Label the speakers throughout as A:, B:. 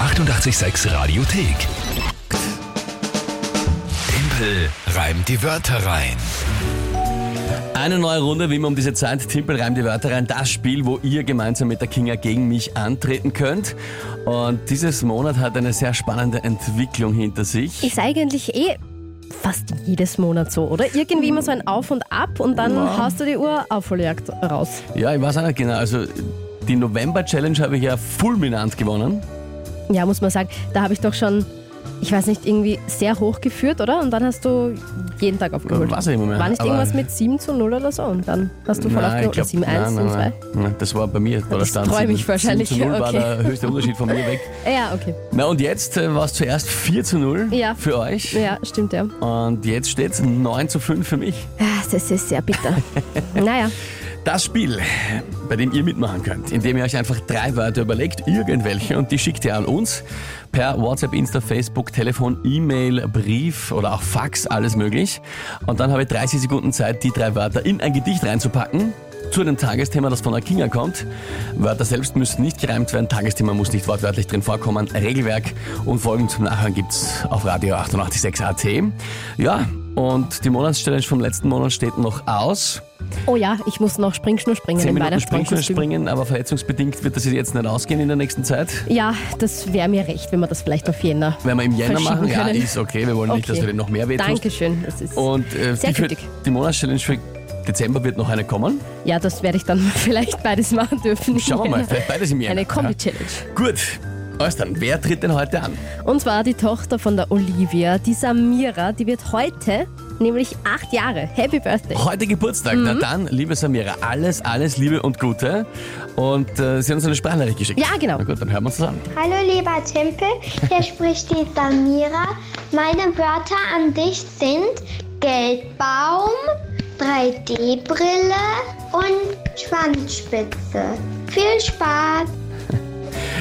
A: 886 Radiothek. Tempel reimt die Wörter rein.
B: Eine neue Runde, wie immer um diese Zeit. Timpel reimt die Wörter rein. Das Spiel, wo ihr gemeinsam mit der Kinga gegen mich antreten könnt. Und dieses Monat hat eine sehr spannende Entwicklung hinter sich.
C: Ist eigentlich eh fast jedes Monat so, oder? Irgendwie immer so ein Auf und Ab und dann haust du die Uhr auf Volljagd raus.
B: Ja, ich weiß auch nicht genau. Also die November-Challenge habe ich ja fulminant gewonnen.
C: Ja, muss man sagen, da habe ich doch schon, ich weiß nicht, irgendwie sehr hoch geführt, oder? Und dann hast du jeden Tag aufgeholt.
B: Weiß ich nicht mehr,
C: War nicht
B: aber-
C: irgendwas mit 7 zu 0 oder so? Und dann hast du voll
B: Nein, ich
C: aufgeholt.
B: glaub-
C: 7, 1,
B: nein,
C: 7, 2.
B: nein, nein. Nein, Das war bei mir, war der
C: Das
B: Stand.
C: träum ich
B: 7
C: wahrscheinlich,
B: zu 0 war
C: okay.
B: der höchste Unterschied von mir weg.
C: Ja, okay.
B: Na und jetzt äh, war es zuerst 4 zu 0
C: Ja.
B: für euch.
C: Ja, stimmt, ja.
B: Und jetzt steht es 9 zu 5 für mich.
C: Ah, Das ist sehr bitter. naja,
B: Das Spiel, bei dem ihr mitmachen könnt, indem ihr euch einfach drei Wörter überlegt, irgendwelche, und die schickt ihr an uns per WhatsApp, Insta, Facebook, Telefon, E-Mail, Brief oder auch Fax, alles möglich. Und dann habe ich 30 Sekunden Zeit, die drei Wörter in ein Gedicht reinzupacken. Zu einem Tagesthema, das von der Kinga kommt. Wörter selbst müssen nicht gereimt werden, Tagesthema muss nicht wortwörtlich drin vorkommen. Regelwerk und Folgen zum Nachhören gibt's auf Radio 886 AT. Ja, und die Monatschallenge vom letzten Monat steht noch aus.
C: oh ja, ich muss noch Springschnur springen
B: 10
C: im
B: Minuten
C: Weihnachtsbaumkostüm.
B: springen, springen, aber verletzungsbedingt wird das jetzt nicht ausgehen in der nächsten Zeit.
C: Ja, das wäre mir recht, wenn wir das vielleicht auf Jänner.
B: Wenn wir im Jänner
C: Verschieben
B: machen, ja,
C: können.
B: ist okay. Wir wollen nicht,
C: Okay.
B: dass du dir noch mehr wehtust.
C: Dankeschön. Das ist,
B: Und äh,
C: Sehr
B: die, für,
C: gütig.
B: die Monatschallenge für Dezember wird noch eine kommen.
C: ja, das werde ich dann vielleicht beides machen dürfen.
B: Schauen wir mal, vielleicht beides im Jänner.
C: Eine
B: ja.
C: Kombi-Challenge.
B: Gut, alles dann. Wer tritt denn heute an?
C: Und zwar die Tochter von der Olivia, die Samira, die wird heute nämlich acht Jahre. Happy Birthday.
B: Heute Geburtstag.
C: Mhm.
B: Na dann, liebe Samira, alles, alles Liebe und Gute. Und äh, sie hat uns eine Sprachnachricht geschickt.
C: Ja, genau.
B: Na gut, dann hören wir uns das an.
D: Hallo lieber Tempel, hier spricht die Samira. Meine Wörter an dich sind Geldbaum, 3D-Brille und Schwanzspitze. Viel Spaß!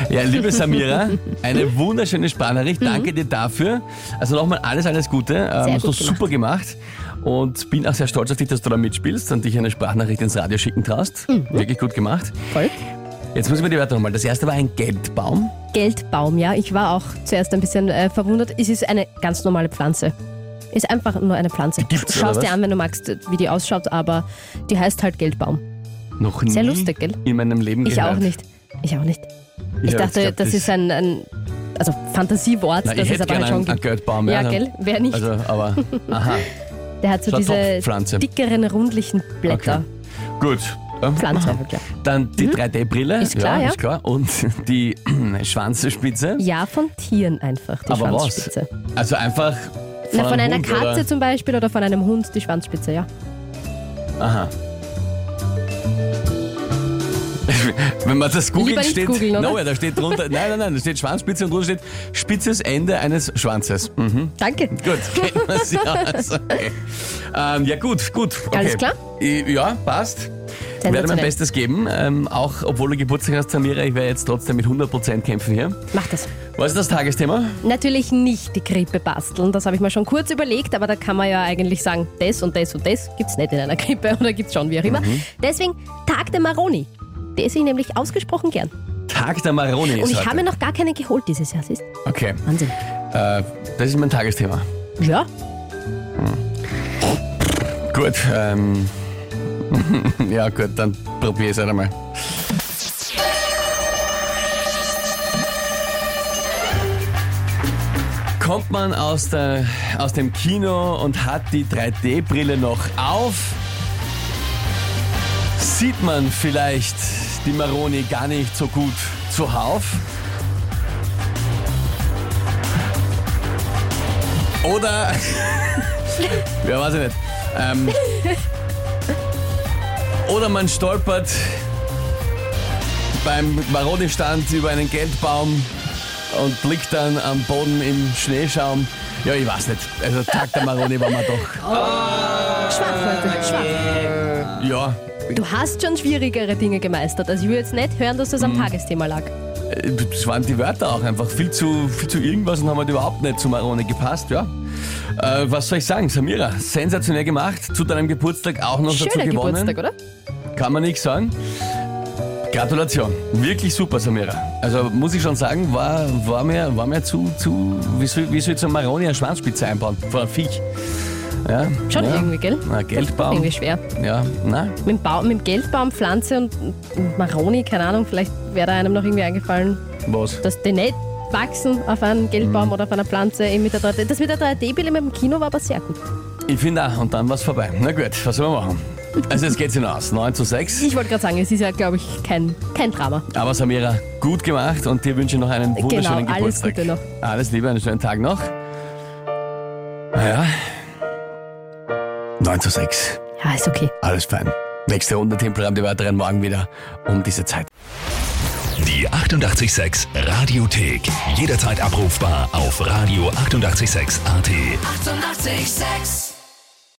B: Ja, liebe Samira, eine wunderschöne Sprachnachricht. Danke dir dafür. Also nochmal alles, alles Gute. Ähm,
C: Mhm. Sehr
B: hast
C: gut
B: du super gemacht. Und bin auch sehr stolz auf dich, dass du da mitspielst und dich eine Sprachnachricht ins Radio schicken traust.
C: Mhm.
B: Wirklich gut gemacht.
C: Voll.
B: Jetzt müssen wir die Wörter nochmal. Das erste war ein Geldbaum.
C: Geldbaum, ja. Ich war auch zuerst ein bisschen äh, verwundert. Es ist eine ganz normale Pflanze. Ist einfach nur eine Pflanze.
B: gibt's, oder
C: Schaust dir
B: was?
C: an, wenn du magst, wie die ausschaut, aber die heißt halt Geldbaum.
B: Noch nie
C: Sehr lustig, gell?
B: in meinem Leben
C: Ich
B: gehört.
C: auch nicht. Ich auch nicht.
B: Genau. Ich
C: Ich
B: hab jetzt
C: dachte,
B: gedacht,
C: das, ist ein, ein also Fantasiewort,
B: Na,
C: das
B: ich
C: es
B: hätte
C: aber
B: gerne
C: halt schon
B: einen, einen
C: gibt.
B: Geldbaum.
C: Ja, gell? Wer nicht?
B: Also, aber, aha.
C: Der hat so
B: so eine
C: diese
B: Topfpflanze.
C: dickeren, rundlichen Blätter.
B: Gut. Ähm,
C: Pflanze einfach klar.
B: Dann die 3D-Brille.
C: Ist klar, ja.
B: Ist klar. Und die Schwanzspitze.
C: Ja, von Tieren einfach, die
B: Aber was?
C: Schwanzspitze.
B: Also einfach von,
C: Na, von
B: einem
C: einer
B: Hund,
C: Katze
B: oder?
C: zum Beispiel oder von einem Hund die Schwanzspitze, ja.
B: Aha. Wenn man das
C: Lieber
B: googelt,
C: nicht
B: steht.
C: googeln, oder?
B: no, ja, da steht drunter. Nein, nein, nein, da steht Schwanzspitze und drunter steht spitzes Ende eines Schwanzes. Mhm.
C: Danke.
B: Gut, kennt man sich aus. Okay. Ähm, ja, gut, gut. Okay.
C: Alles klar?
B: I- Ja, passt. Ich werde mein
C: Sensationell.
B: Bestes geben. Ähm, auch obwohl du Geburtstag hast, Samira, ich werde jetzt trotzdem mit 100% kämpfen hier.
C: Mach das.
B: Was ist das Tagesthema?
C: Natürlich nicht die Grippe basteln, das habe ich mir schon kurz überlegt, aber da kann man ja eigentlich sagen, das und das und das gibt's nicht in einer Grippe oder gibt's schon, wie auch immer.
B: Mhm.
C: Deswegen Tag der Maroni. Der esse ich nämlich ausgesprochen gern.
B: Tag der Maroni
C: Und
B: ist
C: ich
B: heute.
C: habe mir noch gar keine geholt dieses Jahr, siehst du?
B: Okay,
C: Wahnsinn.
B: äh, das ist mein Tagesthema.
C: Ja,
B: Gut, ähm. ja, gut, dann probier es einmal. Kommt man aus, der, aus dem Kino und hat die 3D-Brille noch auf, sieht man vielleicht die Maroni gar nicht so gut zuhauf. Oder, ja, weiß ich nicht. Ähm, oder man stolpert beim Maroni-Stand über einen Geldbaum und blickt dann am Boden im Schneeschaum. Ja, ich weiß nicht. Also Tag der Maroni war man doch.
C: schwach, Leute, schwach.
B: Ja,
C: Du hast schon schwierigere Dinge gemeistert. Also ich will jetzt nicht hören, dass das
B: Hm.
C: am Tagesthema lag.
B: äh, das waren die Wörter auch einfach viel zu, viel zu irgendwas und haben halt überhaupt nicht zu Maroni gepasst, ja. Äh, was soll ich sagen, Samira, sensationell gemacht, zu deinem Geburtstag auch noch dazu
C: Schöner
B: gewonnen.
C: Geburtstag, oder?
B: Kann man nichts sagen. Gratulation. Wirklich super, Samira. Also muss ich schon sagen, war, war, mir, war mir zu, zu wie, soll, wie soll ich so eine Maroni eine Schwanzspitze einbauen? Vor ein Viech. Ja,
C: Schon
B: ja.
C: irgendwie, gell?
B: Na, Geldbaum.
C: Irgendwie schwer.
B: Ja, na,
C: Mit dem, Baum, mit dem Geldbaum, Pflanze und und Maroni, keine Ahnung, vielleicht wäre da einem noch irgendwie eingefallen,
B: was?
C: dass die nicht wachsen auf einem
B: Hm.
C: Geldbaum oder auf einer Pflanze. eben Mit der 3D. Das mit der 3D-Brille mit dem Kino war aber sehr gut.
B: Ich finde auch, und dann war's vorbei. Na gut, was soll man machen? Also jetzt geht's hinaus. 9 zu 6.
C: Ich wollte gerade sagen, es ist ja, glaube ich, kein, kein Drama.
B: Aber Samira, gut gemacht und dir wünsche ich noch einen wunderschönen
C: Genau, alles
B: Geburtstag.
C: Gute noch.
B: Alles Liebe, einen schönen Tag noch. Naja. 9 zu 6.
C: Ja, ist okay.
B: Alles fein. Nächste Runde Tempel haben die weiteren morgen wieder um diese Zeit.
A: Die 886 Radiothek. Jederzeit abrufbar auf radio886.at. 886!
E: 886